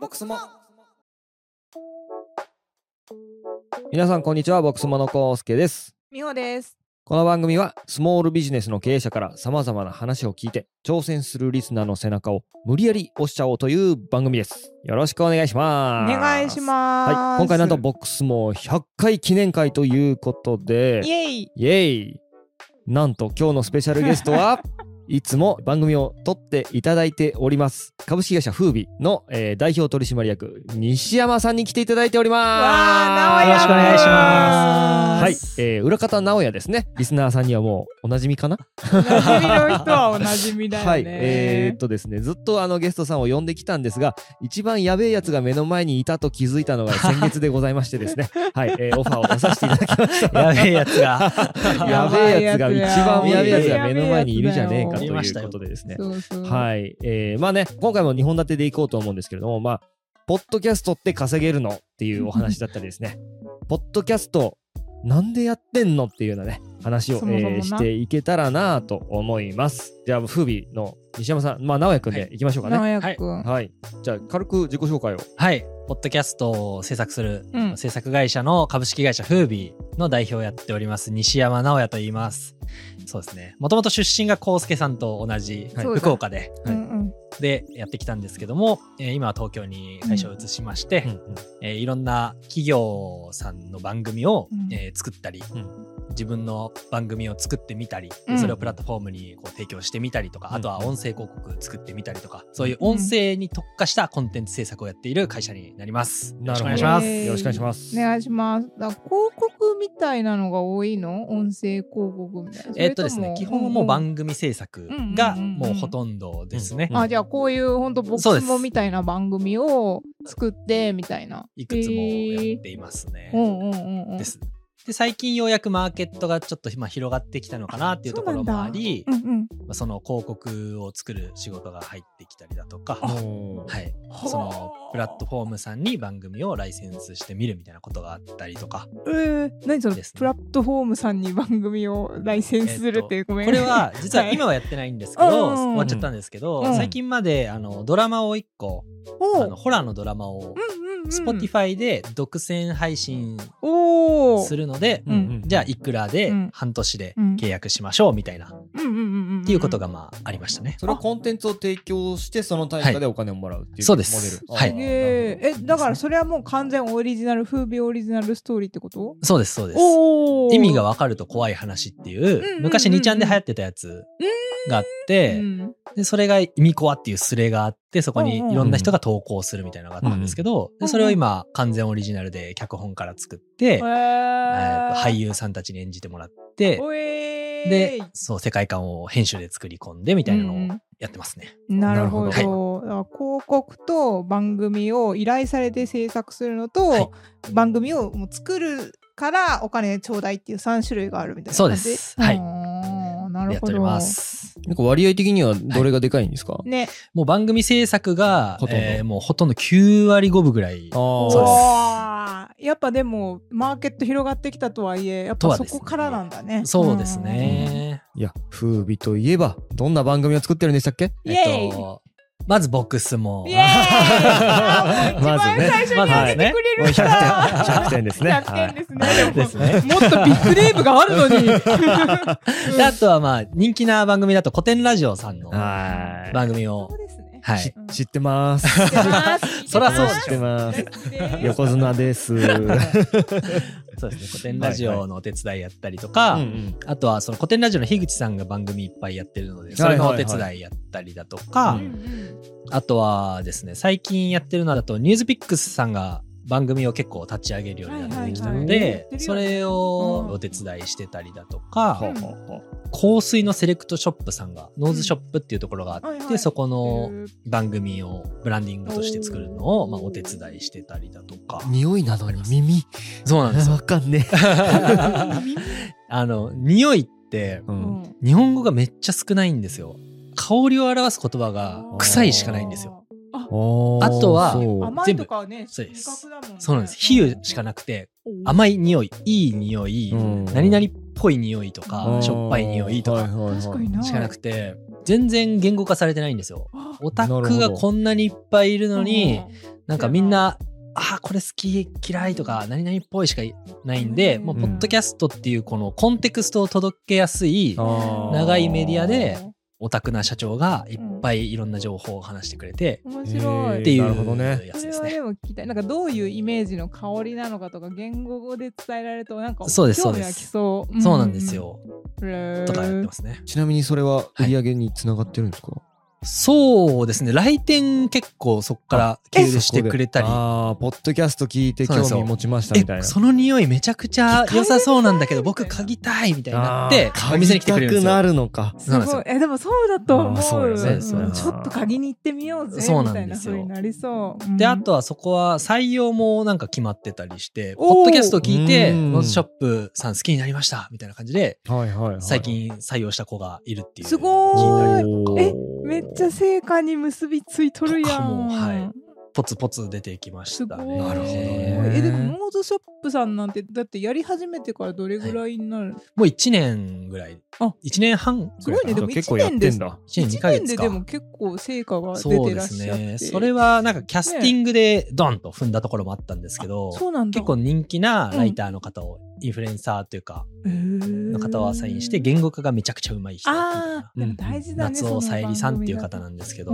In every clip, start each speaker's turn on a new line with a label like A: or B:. A: ボックスも
B: 皆さんこんにちはボックスモノコウスケです
A: みほです
B: この番組はスモールビジネスの経営者から様々な話を聞いて挑戦するリスナーの背中を無理やり押しちゃおうという番組ですよろしくお願いし
A: お
B: ます
A: 願いします
B: はい、今回なんとボックスも100回記念会ということで
A: イエイ
B: イエイなんと今日のスペシャルゲストはいつも番組を撮っていただいております株式会社風美の、えー代表取締役西山さんに来ていただいております
A: わー直哉よろしくお願いします
B: はい、えー、裏方直哉ですねリスナーさんにはもうおなじみかな
A: おなじみの人はおなじみだよね、
B: はい、えーっとですね、ずっとあのゲストさんを呼んできたんですが、一番やべえやつが目の前にいたと気づいたのが先月でございましてですね、はい、えーオファーを出させていただきました。
C: やべえやつが
B: やべえやつ
A: や
B: が、
A: ばい
B: 一
A: やつや
B: 番やべえやつが目の前にいるじゃねえか
C: や
B: と
C: べ
B: い
C: え
B: う
C: やつだよ
B: ことでですね。
A: そうそう
B: はい、えーまあね、今回も2本立てでいこうと思うんですけれども、まあ、ポッドキャストって稼げるのっていうお話だったりで すね、ポッドキャストなんでやってんのっていうようなね、話を
A: そもそもな
B: えーしていけたらなと思います。じゃあ、風美の西山さん、まあ、直哉くんでいきましょうかね。は
A: 直哉
B: い、
A: くん、
B: じゃあ、軽く自己紹介を。
C: はいポッドキャストを制作する
A: うん
C: 制作会社の株式会社フービーの代表をやっております西山直也と言いますそうですねもともと出身が康介さんと同じ
B: はい
A: そうだ
C: 福岡で、
A: うんうん
C: でやってきたんですけども、えー今は東京に会社を移しまして、えーいろんな企業さんの番組を、
A: うん
C: えー作ったり、
B: うん
C: 自分の番組を作ってみたり、
A: うん
C: それをプラットフォームにこう提供してみたりとか、
B: うん
C: あとは音声広告作ってみたりとか、そういう音声に特化したコンテンツ制作をやっている会社になります。よろしくお願いします。
A: えー
B: よろしくお願いします。
A: お願いしますだ広告みたいなのが多いの音声広告みたいな
C: えーっとですね、基本はもう
A: 組、
C: 番組制作がもうほとんどですね。
B: うん
A: あじゃあこういう本当ボ
C: そう
A: ックス
C: です
A: もみたいな番組を作ってみたいない
C: くつもやっ
A: え
C: ていますね。
A: ーうんうんうんうん
C: です。で、最近ようやくマーケットがちょっとまあ広がってきたのかなっていうところもあり、
A: うんうん
C: まあその広告を作る仕事が入ってきたりだとか、
B: おー
C: はい、
A: はあ
C: そのプラットフォームさんに番組をライセンスしてみるみたいなことがあったりとか
A: えー、何その、
C: ですね
A: プラットフォームさんに番組をライセンスするっていう、ごめん
C: これは実は今はやってないんですけど、
A: はい
C: 終わっちゃったんですけど、
A: うん
C: 最近まであのドラマを1個
A: お
C: あのホラーのドラマ
A: う
C: を
A: んうんうん、
C: Spotify で独占配信
A: おー
C: するので、
A: うん
C: じゃあいくらで
A: うん
C: 半年で
A: うん
C: 契約しましょうみたいな、っ
A: うんうんうんうん、
C: ていうことがまあありましたね。
B: それはコンテンツを提供して、その対価でお金をもらうっていう
C: そ
B: モ
C: う
B: デ
C: で
B: ル。
C: す
B: あー
C: は
A: す
C: い
A: げええだからそれはもう完全オリジナル風靡オリジナルストーリーってこと
C: そうですそうです。
A: おー
C: 意味がわかると怖い話っていう、
A: うんうんうん
C: 昔2ちゃんで流行ってたやつがあって、
A: うん
C: で、それが意味コアっていうスレがあって、そこにい
A: うんうん
C: ろんな人が投稿するみたいなのがあったんですけど、
A: うん
C: でそれを今完全オリジナルで脚本から作って、
A: え
C: えー
A: ー
C: と俳優さんたちに演じてもらって、
A: おえー
C: で、そう、世界観を編集で作り込んでみたいな
A: うんう
C: のを
A: ん
C: やってますね。
A: なるほど
B: なる
A: だから広告と番組を依頼されて制作するのと、
C: はい
A: 番組をもう作るからお金ちょうだいっていう3種類があるみたいな
C: そう
A: 感
C: で
A: じ
C: す。はい。
A: あーな
C: や
A: る
C: っ
A: ほど
C: ております。
B: なんか割合的にはどれがでかいんですか、
A: ね
C: もう番組制作が
B: ほ、とんど
C: えーもうほとんど9割5分ぐらい。
B: あー
C: そうです
A: ですやっぱでもマーケット広がってきたとはいえやっ
C: と
A: ぱ
C: は
A: そ
C: ですね
A: こからなんだね
C: そうですね。
B: いや、風美といえば、どんな番組を作ってるんでしたっ け
A: イエーイ
C: えっと、まずボックスも
A: うん、イエーイあーもう一番
B: まずね
A: 最初に挙げてくれる人、
B: 100点、100点ですね。
A: 100点ですね、
B: はい
A: で
B: で
A: も
B: す ね。
A: もっとビッグネームがあるの に
C: であとはまあ人気な番組だと古典ラジオさんの
B: は。
C: 番組
A: そ
C: を
A: うですね
C: はいい。
B: 知知ってます。
A: 知ってます
C: そらそうで
B: 知
C: し
B: ってます。
A: す
B: 横綱です。
C: そうですね。古典ラジオのお手伝いやったりとか、
B: うんうん
C: あとはその古典ラジオの樋口さんが番組いっぱいやってるので、そ
B: はい
C: れ
B: はい
C: の
B: は
C: お
B: い
C: 手伝いやったりだとか、
B: うん
C: あとはですね、最近やってるのだと、ニュースピックスさんが番組を結構立ち上げるようになってきたので、
A: はいはいはい
C: それをお手伝いしてたりだとか、
A: うん
C: 香水のセレクトショップさんが、ノーズショップっていうところがあって、
A: はいはい
C: そこの番組をブランディングとして作るのを、まあ、お手伝いしてたりだとか。
B: 匂いなのに耳。
C: そうなんです よ。
B: わかんね
C: あの、匂いって、
B: え。うん
C: 日本語がめっちゃ少ないんですよ。香りを表す言葉が臭いしかないんですよ。
B: おー
C: あとは
B: そう
A: 甘いとかはね
C: そうです
A: 味覚だもね
C: そうなんです。比喩しかなくて、甘い匂い、いい匂い、
B: うん
C: 何々っぽい匂いと
A: う
C: か、
A: ん
C: しょっぱい匂いと
B: は
C: か
B: いはいはい
A: 確かにな
C: しかなくて、全然言語化されてないんですよ。
A: あ
C: オタ
B: なるほ
C: ク
B: ど
C: がこんなにいっぱいいるのに、なんかみんな、ああ、これ好き嫌いとか、何々っぽいしかないんで、
A: うん
C: もう、ポッドキャストっていうこのコンテクストを届けやすい
B: あー
C: 長いメディアでオタクな社長がいっぱいいろんな情報を話してくれて、
A: 面白
B: え
A: い。
B: ー
C: ってい
B: なるほど
C: う
B: ね
C: や
A: そ
C: つで
A: れ
C: す
A: は
C: ね。
A: でも聞きたい。なんかどういうイメージの香りなのかとか言語語で伝えられるとなんか
C: そうです
A: 興味はきそう。
C: そうなんですよ。
A: うん。へー
C: とかやってますね。
B: ちなみにそれは売り上げにつながってるんですか、
C: そうですね。来店結構そこから経由してくれたり。
B: ああ、ポッドキャスト聞いて
C: そう
B: 興
C: なんですよ
B: 味持ちましたみたい
C: え
B: な。
C: その匂いめちゃくちゃ良さそうなんだけど僕嗅ぎたいみたいになってお店に来てくれるん
B: 嗅
C: です
B: ぎたくな
C: よ。
B: るのか。
A: す
C: そうなんです
A: ごい
C: よ。
A: えでもそうだと思
B: あーそう
A: う
B: よね
A: うん
B: そうよね
A: ちょっと鍵に行ってみようぜ
C: そう
A: み
C: なん
A: たい
C: で
A: な
C: す
A: 風
C: よ
A: になりそう。うん
C: であとはそこは採用もなんか決まってたりして
A: おー
C: ポッドキャストを聞いて
B: うん
C: ノーズショップさん好きになりましたみたいな感じで
B: はいはい、はい。
C: 最近採用した子がいるっていう。
A: すご
C: 聞いたり
A: ーい。えめっちゃ
B: す
A: 成果に結びついとるや
C: とか
A: ん。
C: もはいポツポツ出てきまし
A: すご
C: た
A: い。
C: ね。
B: なるほどね
A: えでもノーズショップさんなんてだってやり始めてからどれぐらいになる？
C: もう1年ぐらい。
A: あ
C: 1年半ぐらい
A: すご
C: かな。
A: いねでも
B: 結構やってんだ。
C: 1年2
A: 一
C: ヶ
A: 年
C: 月
A: で
C: か。
A: でも結構成果が出
C: そう
A: て
C: で
A: らっ
C: す
A: しゃって。
C: ね。それはなんかキャスティングでドンと踏んだところもあったんですけど、
A: そうなんだ。
C: 結構人気なライターの方を、インフルエンサーというか、
A: の
C: の方はサインして、言語化がめちゃくちゃうまい人みたい
A: あ
C: な。
A: あ、でも大事だね。
C: 夏尾さゆりさんっていう方
A: ん
C: なんですけ
A: け
C: ど、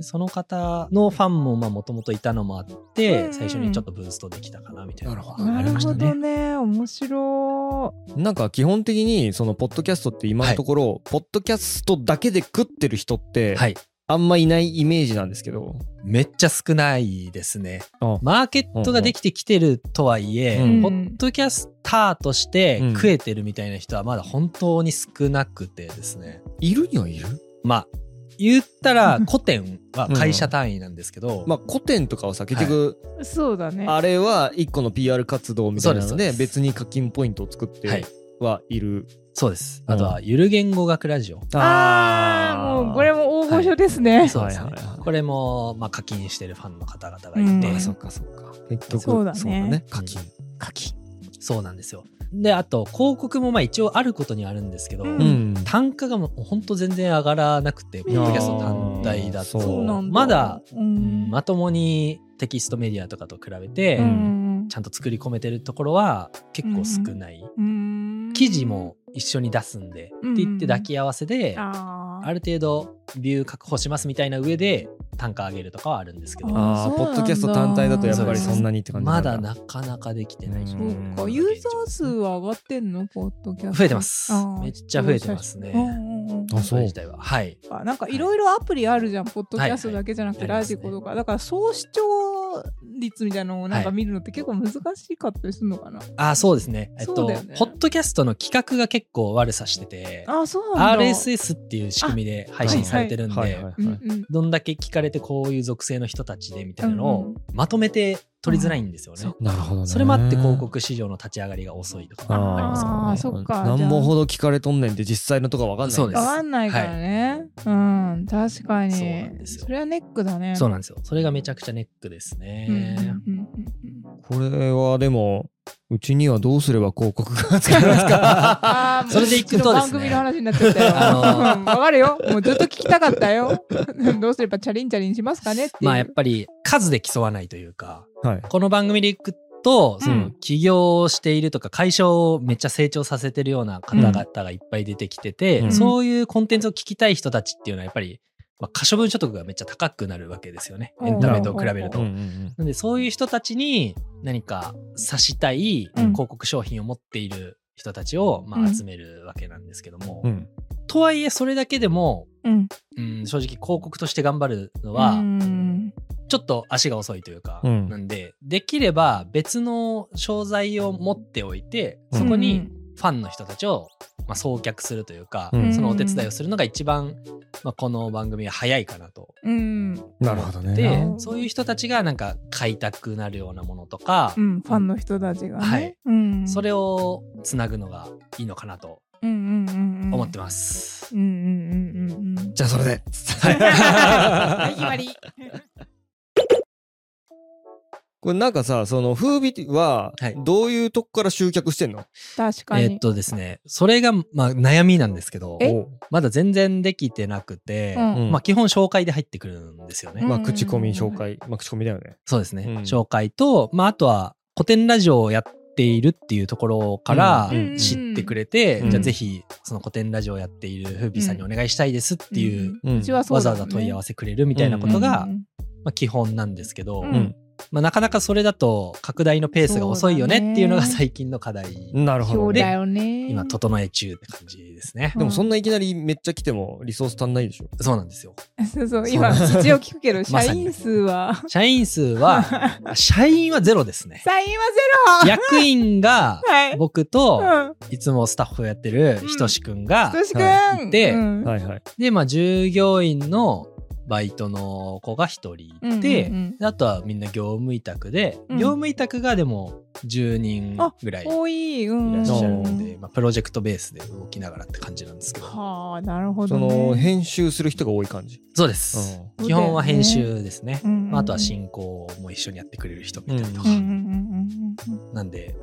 C: その方のファンももともといたのもあって、最初にちょっとブーストできたかなみたいなのはあ
A: な
C: り
A: る
C: まし
A: ほ
C: た
A: ど
C: ね。
A: ね。面白
B: なんか基本的にそのポッドキャストって今のところ、ポッドキャストだけで食ってる人って
C: はい。
B: あんまいないイメージなんですけど、
C: めっちゃ少ないですね
B: あ。
C: マーケットができてきてるとはいえ、
A: い。
B: うん
C: ポッドキャスターとして食えてるみたいな人はまだ本当に少なくてですね。
B: いるにはいる
C: まあ、言ったら古典は会社単位なんですけど、
B: まあ古典とかはさ結局、
A: そうだね。
B: あれは一個の PR 活動みたいな
C: そ
B: の
C: うで
B: です別に課金ポイントを作っ
C: はい
B: てはいる、
C: そうです。
B: うん
C: あとは、ゆる言語学ラジオ。
A: ああ、もうこれ
B: も
A: も大御所です ね。
C: そうですね
B: はいはいはい。
C: これも、まあ、課金してるファンの方々がいて、
A: うん
B: そっかそっか結局
A: そうだね
B: 課金、
A: 課金。
C: そうなんですよ。で、あと、広告もまあ一応あることにはあるんですけど、
A: う
B: うんん、
C: 単価がもう本当全然上がらなくて、ポッドキャスト単体だ
B: そ
C: と。
B: う
A: そうなんだ。
C: まだ、
A: う
C: うん
A: ん、
C: まともにテキストメディアとかと比べて、
A: うん
C: ちゃんと作り込めてるところは結構少ない、
A: うん
C: 記事も一緒に出すんで、
A: うん
C: って言って抱き合わせで、
A: あー
C: ある程度ビュー確保しますみたいな上で単価上げるとかはあるんですけど
A: あ
B: ああ
A: そう
B: ポ
A: なんだ
B: ッドキャスト単体だとやっぱりそんなにって感じ
C: ま
B: ん
C: だなかなかできてない、
B: うん
A: そうか、ユーザー数は上がってんのポッドキャスト。
C: 増えてます
A: あー
C: めっちゃ増えてますね
A: うんうんうん
B: あ
C: それ自体ははい
A: あなんかいろいろアプリあるじゃん、ポッドキャストだけじゃなくて
C: はいはい
A: ラジコとか、だから総視聴率みたいなのをなんか
C: はい
A: 見るのって結構難しかったりするのかな、
C: あーそうですねえっ
A: そう
C: と、
A: だよね
C: ポッドキャストの企画が結構悪さしてて
A: あそうなんだ
C: RSS っていう仕組みで配信されてるんで、
B: はいはいはい、
A: うんうん
C: どんだけ聞かれてこういう属性の人たちでみたいなの
A: うんう
C: を
A: ん
C: まとめて取りづらいんですよね。
A: そっ
B: なるほどね
C: それもあって広告市場の立ち上がりが遅いとかもあります
A: あ
C: か
A: ーそっか
B: 何本ほど聞かれとんねんって実際のとこわかんない
C: そうで
A: わ
C: す
A: かんないからね、うん確かに
C: そうなんですよ
A: それはネックだね
C: ら。そうなんですよ。それがめちゃくちゃネックです
A: うんうん
C: ね。
A: うんうん
B: これはでもうちにはどうすれば広告がつかます
A: あ
B: か
A: ーもう
C: それで行くとです
A: 番
C: ね
A: 組の話になっちゃったよ。
C: あ
A: うんわかるよ。もうずっと聞きたかったよ。 どうすればチャリンチャリンしますかねっていう。
C: まあやっぱり数で競わないというか、
B: はい
C: この番組でいくと、そうの
A: ん
C: 起業しているとか会社をめっちゃ成長させてるような方々がいっぱい出てきてて、
B: うん
C: そういうコンテンツを聞きたい人たちっていうのはやっぱり、まあ、可処分所得がめっちゃ高くなるわけですよね。エンタメと比べると。
B: うん
C: なんでそういう人たちに何か差したい
A: うん
C: 広告商品を持っている人たちをま
A: う
C: あ
A: ん
C: 集めるわけなんですけども、
B: うんうん
C: とはいえそれだけでも、
A: うん、
C: うん、正直広告として頑張るのは
A: うん
C: ちょっと足が遅いというか、
B: うん
C: なんでできれば別の商材を持っておいて
B: うん
C: そこにファンの人たちをまあ送客するというか、
B: うん
C: そのお手伝いをするのが一番、まあ、この番組は早いかなと
A: うん、うん
B: なるほどね
C: で
A: うん
C: そういう人たちがなんか買いたくなるようなものとか、
A: うん、ファンの人たちが、ね。
C: はい
A: うん、
C: それをつなぐのがいいのかなと
A: うんうんうんうん、
C: 思って
A: ま
C: ます。
A: す。うんうんうんうんう ん。
B: じゃあそ れで
A: はい、決まり。
B: これなんかさ、その風美は
C: はい、
B: どういうとこから集客してんの、
A: 確か
C: え
A: に。
C: ーっとですね、それが、まあ、悩みなんですけど、
A: え
C: まだ全然できてなくて、
A: うん
B: うん
C: まあ、基本紹介で入ってくるんですよね。
A: うん
B: まあ、口コミ紹介。まあ、口コミだよね。
C: そうですね。
B: うん
C: 紹介と、まあ、あとは古典ラジオをやっているっていうところから
B: うんうん
C: 知ってくれて、
B: うん
C: じゃあぜひ、その古典ラジオをやっているフービーさんにお願いしたいですっていう、
B: うん
A: うちはそう
C: わ
A: だ
C: ざ
A: も
C: わ
A: んね
C: ざ問い合わせくれるみたいなことが、
A: うん
C: まあ、基本なんですけど、
A: うん
B: うん
C: まあ、なかなかそれだと拡大のペースが遅い
A: そ
C: よ
A: うだ
C: ね
A: ね
C: っていうのが最近の課題。
B: なるほ
A: そ
B: ど、
A: うだ
B: ね。
A: よね。
C: 今、整え中って感じですね。
B: でもそんないきなりめっちゃ来てもリソース足んないでしょ。
C: そうなんですよ。
A: そうそう、今、一応聞くけど、社員数 は、
C: 社員数 は、社員はゼロですね。
A: 社員はゼロ
C: 役員が
A: はい。
C: 僕と
A: うん。
C: いつもスタッフをやってるひとしくんが、
A: としく
C: はい
A: ん。
C: いて
A: うん
B: はいはい。
C: で、まあ、従業員のバイトの子が一人いて、
A: うんうんうん
C: であとはみんな業務委託で、
A: うん
C: 業務委託がでも10人ぐらいい
A: 多い。う
C: ら
A: ん。
C: っしゃるんで、まあ、プロジェクトベースで動きながらって感じなんですけど
A: はあ、なるほど
B: そ
A: ね。
B: の、編集する人が多い感じ。
C: そうです、
A: うん
C: 基本は編集ですね、
A: うんうんうん
C: まあ、あとは進行も一緒にやってくれる人みたいな、
B: う
A: うんうんうんうんうん
C: なんで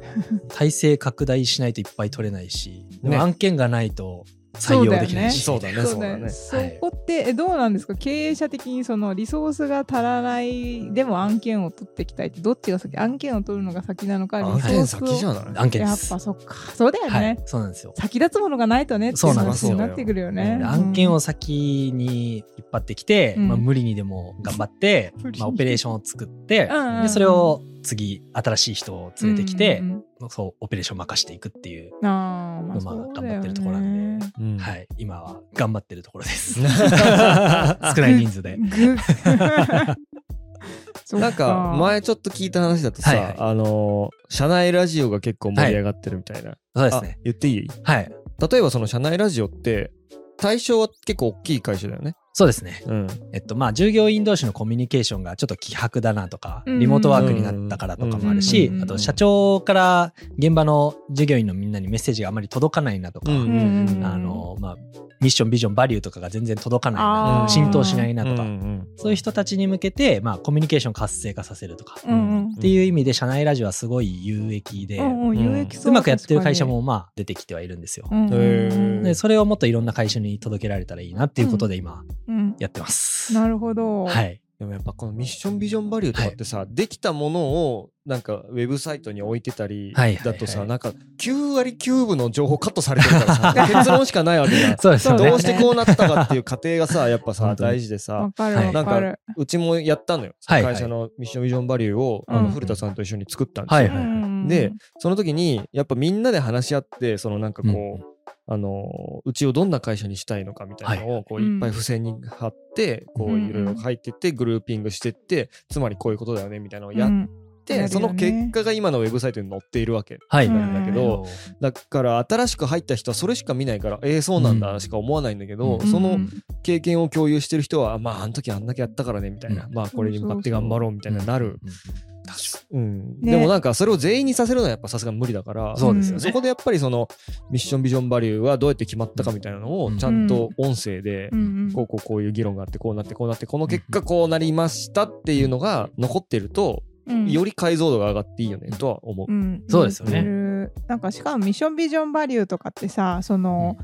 C: 体制拡大しないといっぱい取れないし、でも
B: ね
C: 案件がないと採用できないし
B: そうだよね
A: そうだよね。
C: そうだね
A: そこって、えどうなんですか経営者的にそのリソースが足らない、でも案件を取っていきたいって、どっちが先案件を取るのが先なのか、リソ
B: 案
A: ー
B: 件
A: ス
B: 先じ
A: を。
B: ゃない
C: 案件で
A: やっ
C: す
A: ぱそっか。そうだよ
C: はい
A: ね。
C: そうなんですよ
A: 先立つものがないとねって
C: そ
A: いう
C: うなんです
A: 話になってくるよね。
B: そううん
C: 案件を先に引っ張ってきて、
A: うん
C: まあ、無理にでも頑張って
A: 無理、に
C: まあ、オペレーションを作って、
A: うんうんうん
C: でそれを次新しい人を連れてきて、
A: うんうん
C: そうオペレーション任していくっていう、
A: うんあーまあ、
C: まあ
A: そうだよね
C: 頑張ってるところなんで
B: うん
C: はい、今は頑張ってるところです 少ない人数で。
A: ぐ そう
B: なんか前ちょっと聞いた話だとさ、
C: はいはい
B: あのー社内ラジオが結構盛り上がってるみたいな、
C: そうです
B: あ
C: ね
B: 言っていい
C: はい
B: 例えばその社内ラジオって対象は結構大きい会社だよね、
C: そうですね
B: うん、
C: えっとまあ従業員同士のコミュニケーションがちょっと希薄だなとか
A: うん
C: リモートワークになったからとかもあるし、
A: うん
C: あと社長から現場の従業員のみんなにメッセージがあまり届かないなとか、
B: うん
A: うん
C: あのまあ、ミッションビジョンバリューとかが全然届かない
A: あ
C: な
B: ー
C: 浸透しないなとか、
B: うん
C: そういう人たちに向けて、まあ、コミュニケーション活性化させるとか、
A: うんうん
C: っていう意味で社内ラジオはすごい有益で、
A: う
C: うん
A: うん有益そう
C: まくやってる会社、もまあ出てきてはいるんですよ。
A: 確かにうんうん
B: へ
C: でそれをもっといろんな会社に届けられたらいいなっていうことで今
A: うん
C: やってます。
A: なるほど、
C: はい、
B: でもやっぱこのミッションビジョンバリューとかってさ、できたものをなんかウェブサイトに置いてたり
C: はいはいは
B: だ
C: い
B: とさ、なんか9割9分の情報カットされてるからさ 結論しかないわけじゃん
C: そうですよ
A: そうだ
C: ね
A: よ
B: どう
A: ね
B: してこうなったかっていう過程がさやっぱさ
C: 本当に
B: 大事でさ
A: わかる
C: はい
A: わかる、
B: うちもやったのよ、
C: はい
B: 会社のミッションビジョンバリューを、
A: うん
B: あの古田さんと一緒に作ったんですよ、
C: はいうはい
A: んうん
B: でその時にやっぱみんなで話し合ってそのなんかこう、
C: うん
B: あのうちをどんな会社にしたいのかみたいなのをこう
A: うん
B: いっぱい付箋に貼って、こ
A: う
B: うんいろいろ書いてってグルーピングしてってつまりこういうことだよねみたいなのを
A: う
B: やっ
A: ん
B: て、
A: やるよね
B: その結果が今のウェブサイトに載っているわけ
C: はい、
A: うん
B: だけどだから新しく入った人はそれしか見ないからえー、そうなんだしか思わないんだけど、
C: うん
B: そうの
A: ん
B: 経験を共有してる人はまああの時あんだけやったからねみたいな、
C: う
B: まあこれに向かって頑張ろうみたいななる、うん
A: ね
B: でもなんかそれを全員にさせるのはやっぱさすがに無理だから
C: そうですよ
A: ん
C: ね。
B: そこでやっぱりそのミッションビジョンバリューはどうやって決まったかみたいなのを
C: うん
B: ちゃんと音声で
A: うんうん
B: こうこうこういう議論があってこうなってこうなってこの結果こうなりましたっていうのが残ってると
A: うん
B: より解像度が上がっていいよねとは思う。
A: うん
C: そうですよね
A: 言ってるなんかしかもミッションビジョンバリューとかってさその、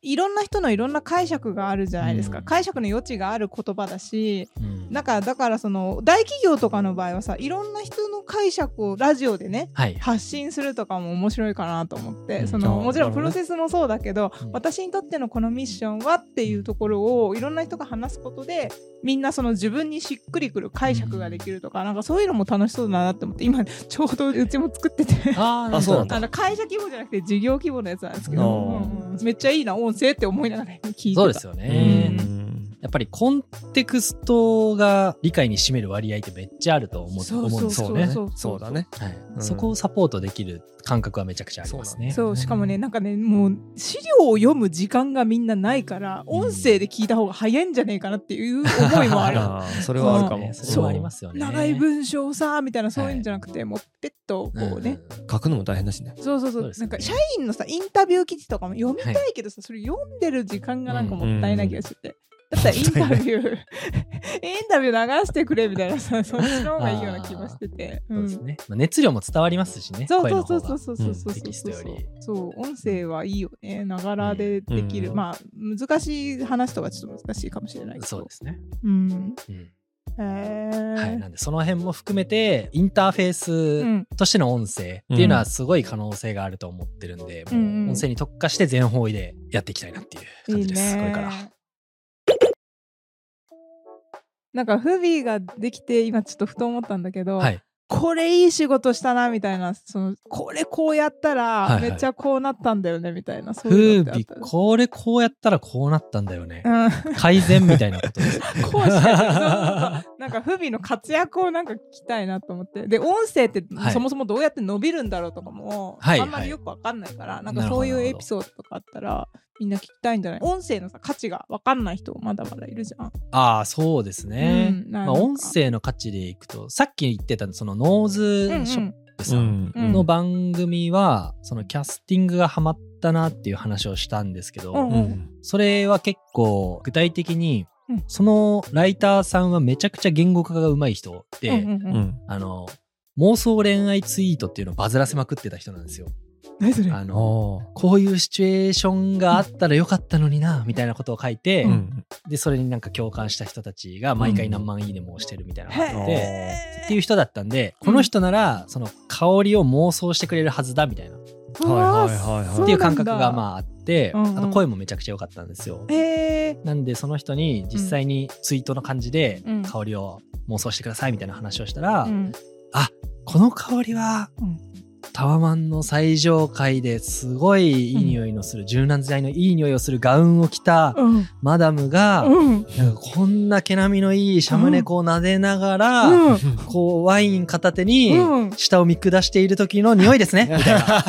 A: いろんな人のいろんな解釈があるじゃないですか、
C: うん
A: 解釈の余地がある言葉だし
C: うん
A: だからだからその大企業とかの場合はさいろんな人の解釈をラジオでね
C: はい、
A: 発信するとかも面白いかなと思って、
C: うん
A: そ
B: あ
A: の
B: ー
A: もちろん
B: な
A: プ
B: る
A: ロ
B: ほどね
A: セスもそうだけど、
C: うん
A: 私にとってのこのミッションはっていうところをいろんな人が話すことでみんなその自分にしっくりくる解釈ができるとか、なんかそういうのも楽しそうだなって思って今ちょうどうちも作ってて。
C: あ
B: あ
C: あ
B: そうなんだ
A: あの会社規模じゃなくて事業規模のやつなんですけど、
B: あー
A: うんうんめっちゃいいな音声って思いながら聞いてた
C: そうですよね、
A: うん
C: やっぱりコンテクストが理解に占める割合ってめっちゃあると思
A: そ
C: う
A: うそう
C: 思うんです
B: そ
C: よ
B: うね
C: ね。
A: そうそうそう
B: そうだね。
C: はい
B: うん
C: そこをサポートできる感覚はめちゃくちゃありますね。
A: そうしかもねなんかねもう資料を読む時間がみんなないから
C: うん
A: 音声で聞いた方が早いんじゃねえかなっていう思いもある
B: あーそれはあるかも。
C: ねそれはありますよね。
A: 長い文章をさみたいなそういうんじゃなくて、もうペッとこうね、
B: うん書くのも大変だしね。
A: そうそうそう
C: そうです
A: な
C: ね
A: んか社員のさインタビュー記事とかも読みたいけどさ、それ読んでる時間がなんかもったいない気がしてて、だったらインタビューインタビュー流してくれみたいなさそっちの方がいいような気もしてて、う
C: そうんですね。まあ、熱量も伝わりますしね。
A: そう
C: 声
A: そ
C: の
A: うそ
C: 方
A: うそう
C: が
A: そうそうそう
C: テキストより
A: そう音声はいいよねながらでできる、
B: うん
A: まあ難しい話とかちょっと難しいかもしれないけど
C: そうですね。
A: うん
C: うん
A: へー
C: はい。なんで、その辺も含めて、インターフェ
A: う
C: ー
A: ん
C: スとしての音声っていうのはすごい可能性があると思ってるんで、
A: うんうん
C: もう音声に特化して全方位でやっていきたいなっていう感
A: いい
C: じです。
A: ね
C: これから。
A: なんかフビーができて今ちょっとふと思ったんだけど、
C: はい。
A: これいい仕事したなみたいなそのこれこうやった
C: はい
A: ら
C: はい
A: めっちゃこうなったんだよねみたいな、そ
C: フ
A: ういうのっ
C: ー
A: てあっ
C: ビ
A: た
C: ー、これこうやったらこうなったんだよね。
A: うん、
C: 改善みたいなことで す。
A: こうしてるそうそうそうなんかフビーの活躍をなんか聞きたいなと思ってで音声って
C: はい
A: そもそもどうやって伸びるんだろうとかも、
C: はい
A: あんまりよくわかんないから、なんかそうい
C: な
A: う
C: るほど
A: エピソードとかあったらみんな聞きたいんじゃない音声のさ価値がわかんない人まだまだいるじゃん。
C: ああ、そうですね。
A: うんなん
C: ま
A: か
C: あ、音声の価値でいくと、さっき言ってたそのノーズショップさん
A: うん
C: の番組は、そのキャスティングがハマったなっていう話をしたんですけど、
A: うんうん
C: それは結構具体的に、
A: うん
C: そのライターさんはめちゃくちゃ言語化が上手い人で、
A: うんうんうん
C: あの妄想恋愛ツイートっていうのをバズらせまくってた人なんですよ。
A: 何それ
C: あの
B: お
C: こういうシチュエーションがあったらよかったのになみたいなことを書いて、
B: うん
C: でそれになんか共感した人たちが毎回何万いいねも押してるみたいなのがあって、
A: へー
C: っていう人だったんでこの人ならその香りを妄想してくれるはずだみたいな
B: はいはいはいはい
A: わあ
C: っていう感覚
A: そうな
C: が
A: んだ
C: まああって、
A: うんうん
C: あと声もめちゃくちゃ良かったんですよ。
A: えー
C: なんでその人に実際にツイートの感じで
A: うん
C: 香りを妄想してくださいみたいな話をしたら、
A: うん
C: この香りは、
A: うん
C: タワマンの最上階ですごいいい匂いのする、柔軟剤のいい匂いをするガウンを着た
A: うん
C: マダムが、
A: うん
C: なんかこんな毛並みのいいシャム猫を撫でながら、
A: うん
C: こうワイン片手に
A: うん
C: 下を見下している時の匂い ですね、みたいな。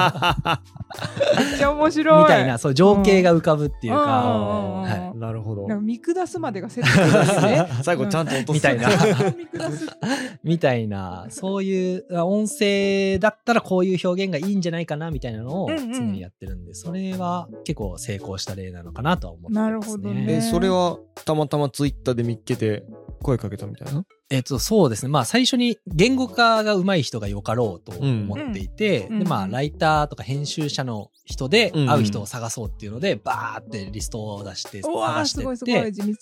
A: めっちゃ面白い
C: みたいな、そう情景が浮かぶっていう
A: うん
C: か、
A: うんうんうん
C: は
B: なるほ ど
A: なんか見下すまでが説明です ね
B: 最後ちゃんと落とす
C: みたいな
A: 見下す
C: みたいな、そういう、あ音声だったらこういう表現がいいんじゃないかな、みたいなのを
A: うん
C: 常
A: うん
C: にやってるんで、それは結構成功した例なのかなとは思ってます、ね。
A: なるほどね
B: えそれはたまたまツイッターで見っけて声かけたみたいな
C: えっと、そうですね。まあ、最初に言語化が上手い人がよかろうと思っていて、
A: うん
C: で、まあ、
A: うん
C: ライターとか編集者の人で
B: うん
C: 会う人を探そうっていうので、バーってリストを出して、
A: うわ
C: 探
A: ー
C: し
A: す
C: て
A: ご
C: っ
A: いすごい
C: て、
A: 地道
C: で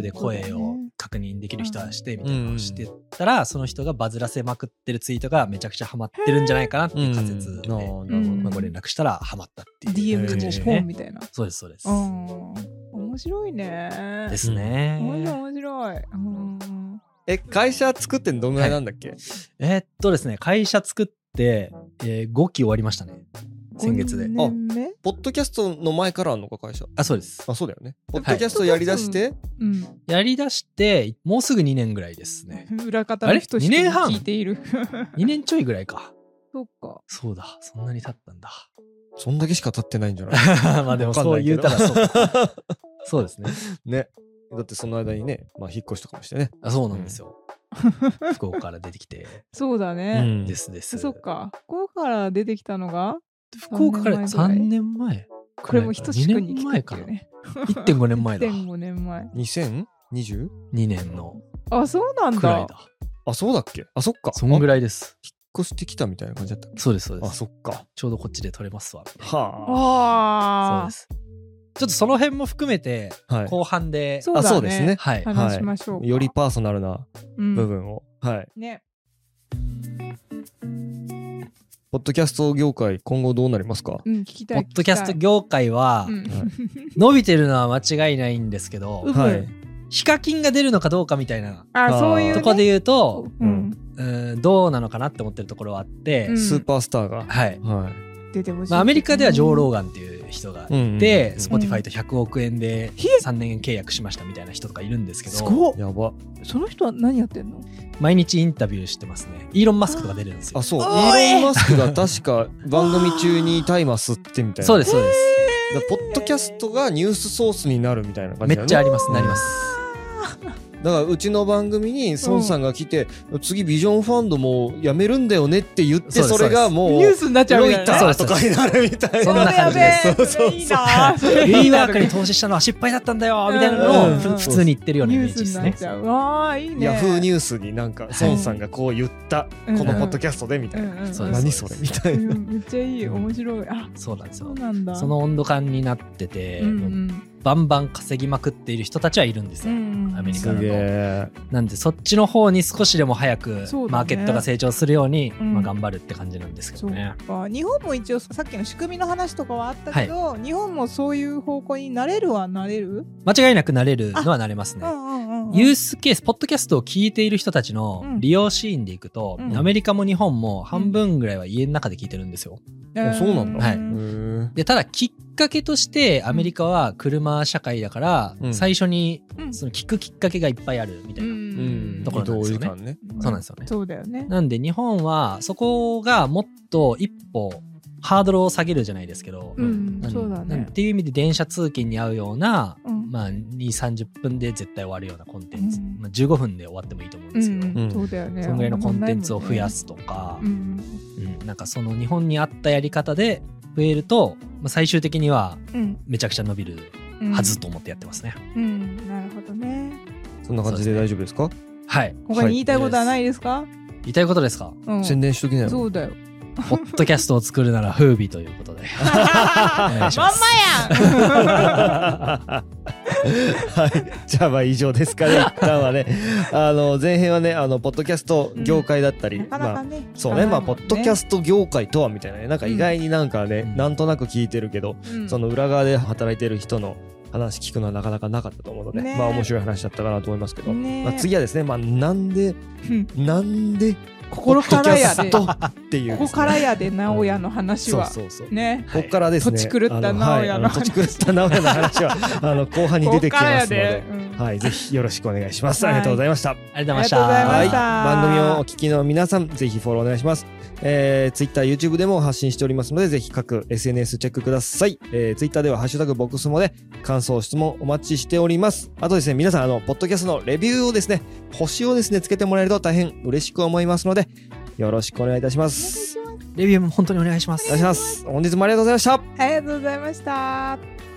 C: YouTube で声を確認できる人はしてみたいなのをしてったら、その人がバズらせまくってるツイートがめちゃくちゃハマってるんじゃないかなっていう仮説で、
B: うんあーなるほど
C: まあ、ご連絡したらハマったっていう
A: DM
C: 感じで
A: で
C: し
A: も
C: たね
A: ポンみたいな
C: そうですそうです、
A: うん面白いね
C: ですね、
A: 面白い面白いうん
B: え会社作ってんのどんぐらいなんだっけ、
C: えーっとですね会社作って、えー、5期終わりましたね先月で
A: 五年目
B: ポッドキャストの前からあんのか会社
C: あそうです
B: あそうだよねポッドキャストやりだして、
A: うん
C: やりだしてもうすぐ2年ぐらいですね
A: 裏方の人
C: あれ二年半
A: 聞いている
C: 2年ちょいぐらいか
A: そうか
C: そうだそんなに経ったんだ
B: そんだけしか経ってないんじゃない
C: ま あでもそう言うたらそうそうですね
B: ねだってその間にね、まあ、引っ越しとかもしてね
C: あそうなんですよ、福岡から出てきて
A: そうだ
B: う
A: ね
B: ん
C: ですです
A: そっかここから出てきたのが
C: 福岡から3
A: 3
C: 年前
A: これも等しくに来たっていうね
C: 1.5年前だ2
A: 1.5年前
B: 2020?
C: 年の
A: あそうなん
C: くらい
A: だ
C: だ
B: あそうだっけあそっか
C: そんぐ
B: い
C: らいです
B: 引っ越してきたみたいな感じだったっけ
C: そうですそうで
B: あ
C: す
B: そっか
C: ちょうどこっちで撮れますわ
B: は
C: そう
A: ああ
C: ですちょっとその辺も含めて
B: あはい
C: 後半で、
A: そう
B: あそ
A: だ
B: うですね
A: ね
C: はい
B: い
A: 話しましょうか
B: よりパーソナルな
A: うん
B: 部分を、はい
A: ね
B: ポッドキャスト業界今後どうなりますか
A: うん聞きた
C: ポ
A: い
C: ッドキャスト業界は
A: うん
B: は
C: 伸びてるのは間違いないんですけど、
A: う
B: は
A: う
B: い
C: ヒカキンが出るのかどうかみたいな
A: あ
B: あー
A: そういう
C: と
A: ね
C: こで言うと、
A: うん
C: うんどうなのかなって思ってるところはあって、
A: うん
B: スーパースターが、
C: はい、
B: はい
A: 出てほしい
C: まあ、アメリカではジョー・ローガンっていう人が
B: うんうん
C: で、
B: うん
C: Spotify と100億円で
A: ひ
C: 3年契約しましたみたいな人とかいるんですけ
A: す
C: ど
A: ごっ
B: やば
A: その人は何やってんの
C: 毎日インタビューしてますねイーロン・マスクとか出るんですよ
B: あそうイ
A: おい
B: ーロン・マスクが確か番組中にタイマー吸ってみたいな
C: そうですそうです、
B: だからポッドキャストがニュースソースになるみたいな感じ
C: め
B: だよ
C: っ
B: ね
C: ちゃありますなります
B: だだからうちの番組に孫さんが来て、次ビジョンファンドもやめるんだよねって言って
C: そうです
B: それがもう
A: ニュースになっちゃうみたいな
C: そう
A: ね。
B: た
C: で
B: と
C: す
B: かになるみたい
C: そ
B: な。
C: んな感じ です
A: やべえそれいいなあ。それい
C: WeWork
A: いなあ
C: に投資したのは失敗だったんだよみたいなの
A: うん
C: をふ普通に言ってるような
A: ニ
C: イメ
A: ュー
C: ー
A: ス
C: ジで
A: に
C: す
A: なっち。ゃ
C: ね
A: う。わあいいね。
B: ヤフーニュースになんか孫さんがこう言った、
A: うん
B: このポッドキャストでみたいな、
A: うんうんうん
C: そうです
B: 何それみた
A: う
B: いな、
A: んめっちゃいい面白い。あ
C: そうなんです
A: そう
C: よ。
A: なんだ。
C: その温度感になってて、
A: うんう
C: もうんバンバン稼ぎまくっている人たちはいるんです
A: う
C: よ。
A: んうん
C: アメリカ
B: すげえ
C: なんでそっちの方に少しでも早く
A: そうだね
C: マーケットが成長するように
A: うん
C: まあ、頑張るって感じなんですけ
A: そ
C: ど
A: う
C: ね。
A: か日本も一応さっきの仕組みの話とかはあったけど、日本もそういう方向になれるはなれる、
C: 間違いなくなれるのはなれます
A: う
C: ね。
A: んうんうん
C: ユースケース、ポッドキャストを聞いている人たちの
A: うん
C: 利用シーンでいくと、
A: うん
C: アメリカも日本も半分ぐらいは家の中で聞いてるんですよ。
B: あそうなんだ
C: は
B: う
C: い
A: うん
B: ん
C: で、ただきっかけとしてアメリカは車社会だから、
B: うん
C: 最初に
A: うん
C: その聞くきっかけがいっぱいあるみたいな。
B: うん
C: ところなんですよ
B: 移
C: ね
B: 動時間ね
C: そうなんですよね。
A: そうだよね
C: なんで日本はそこがもっと一歩ハードルを下げるじゃないですけど、
A: うん
C: なん
A: そうだ
C: なん
A: ね
C: っていう意味で電車通勤に合うような、
A: うん
C: まあ、2、30分で絶対終わるようなコンテンツ、
A: うん
C: まあ、15分で終わってもいいと思うん
A: う
C: ですけど、
A: んうんそうだよね
C: そのぐらいのコンテンツを増や、すとか
A: う、ん
C: うんなんかその日本に合ったやり方で増えると、まあ、最終的には
A: うん
C: めちゃくちゃ伸びる
A: うん、
C: はずと思ってやってますね。
A: うんなるほどね
B: そんな感じで大丈夫ですか
C: はい。
A: 他に言いたいことはないですか、
C: 言いたいこと ですか
A: うん
B: 宣伝しときなよ
A: そうだよ
C: ポッドキャストを作るならフービーということで。
A: まん
C: お願い します
A: ま やん
B: はい、じゃあまあ以上です かね一旦はねあの前編はねあのポッドキャスト業界だったり、
A: なかな
B: ま
A: か
B: あ
A: ね、
B: そうねまあポッドキャ
A: ス
B: スト業界とはみたいなねなんか意外になんかね、
C: うん
B: なんとなく聞いてるけど、
A: ト、うん
B: その裏側で働いてる人の話聞くのはなかなかなかったと思うので、
A: ね
B: まあ面白い話だったかなと思いますけど、
A: ね
B: まあ、次はですね、まあ、なんで
A: うん
B: なんで
A: 心からや
B: ポッ
A: で
B: ドキ
A: こ
B: ャストっていうですね、
A: こからやで直哉の話は、
B: そうそうそう
A: ね
B: ここからですね。
A: 土地狂った直哉の
B: あはいあ土地狂った直哉の 話はあの後半に出てきますの
A: こっから
B: で
A: やでうん
B: はい、ぜひよろしくお願いします。
A: はい
B: ありがとうございました。
C: ありがとうございまし
A: ありがとうございま
C: た。
A: した
B: はい、番組をお聞きの皆さん、ぜひフォローお願いします。えー、Twitter、YouTube でも発信しておりますので、ぜひ各 SNS チェックください。えー、Twitter ではハッシュタグボックスもで感想、質問お待ちしております。あとですね、皆さん、あの、ポッドキャストのレビューをですね、星をですね、つけてもらえると大変嬉しく思いますので、よろしくお願いいたします。
C: レビューも本当にお願いしま
B: お
C: す
B: 願い。します。本日もありがとうございました。
A: ありがとうございました。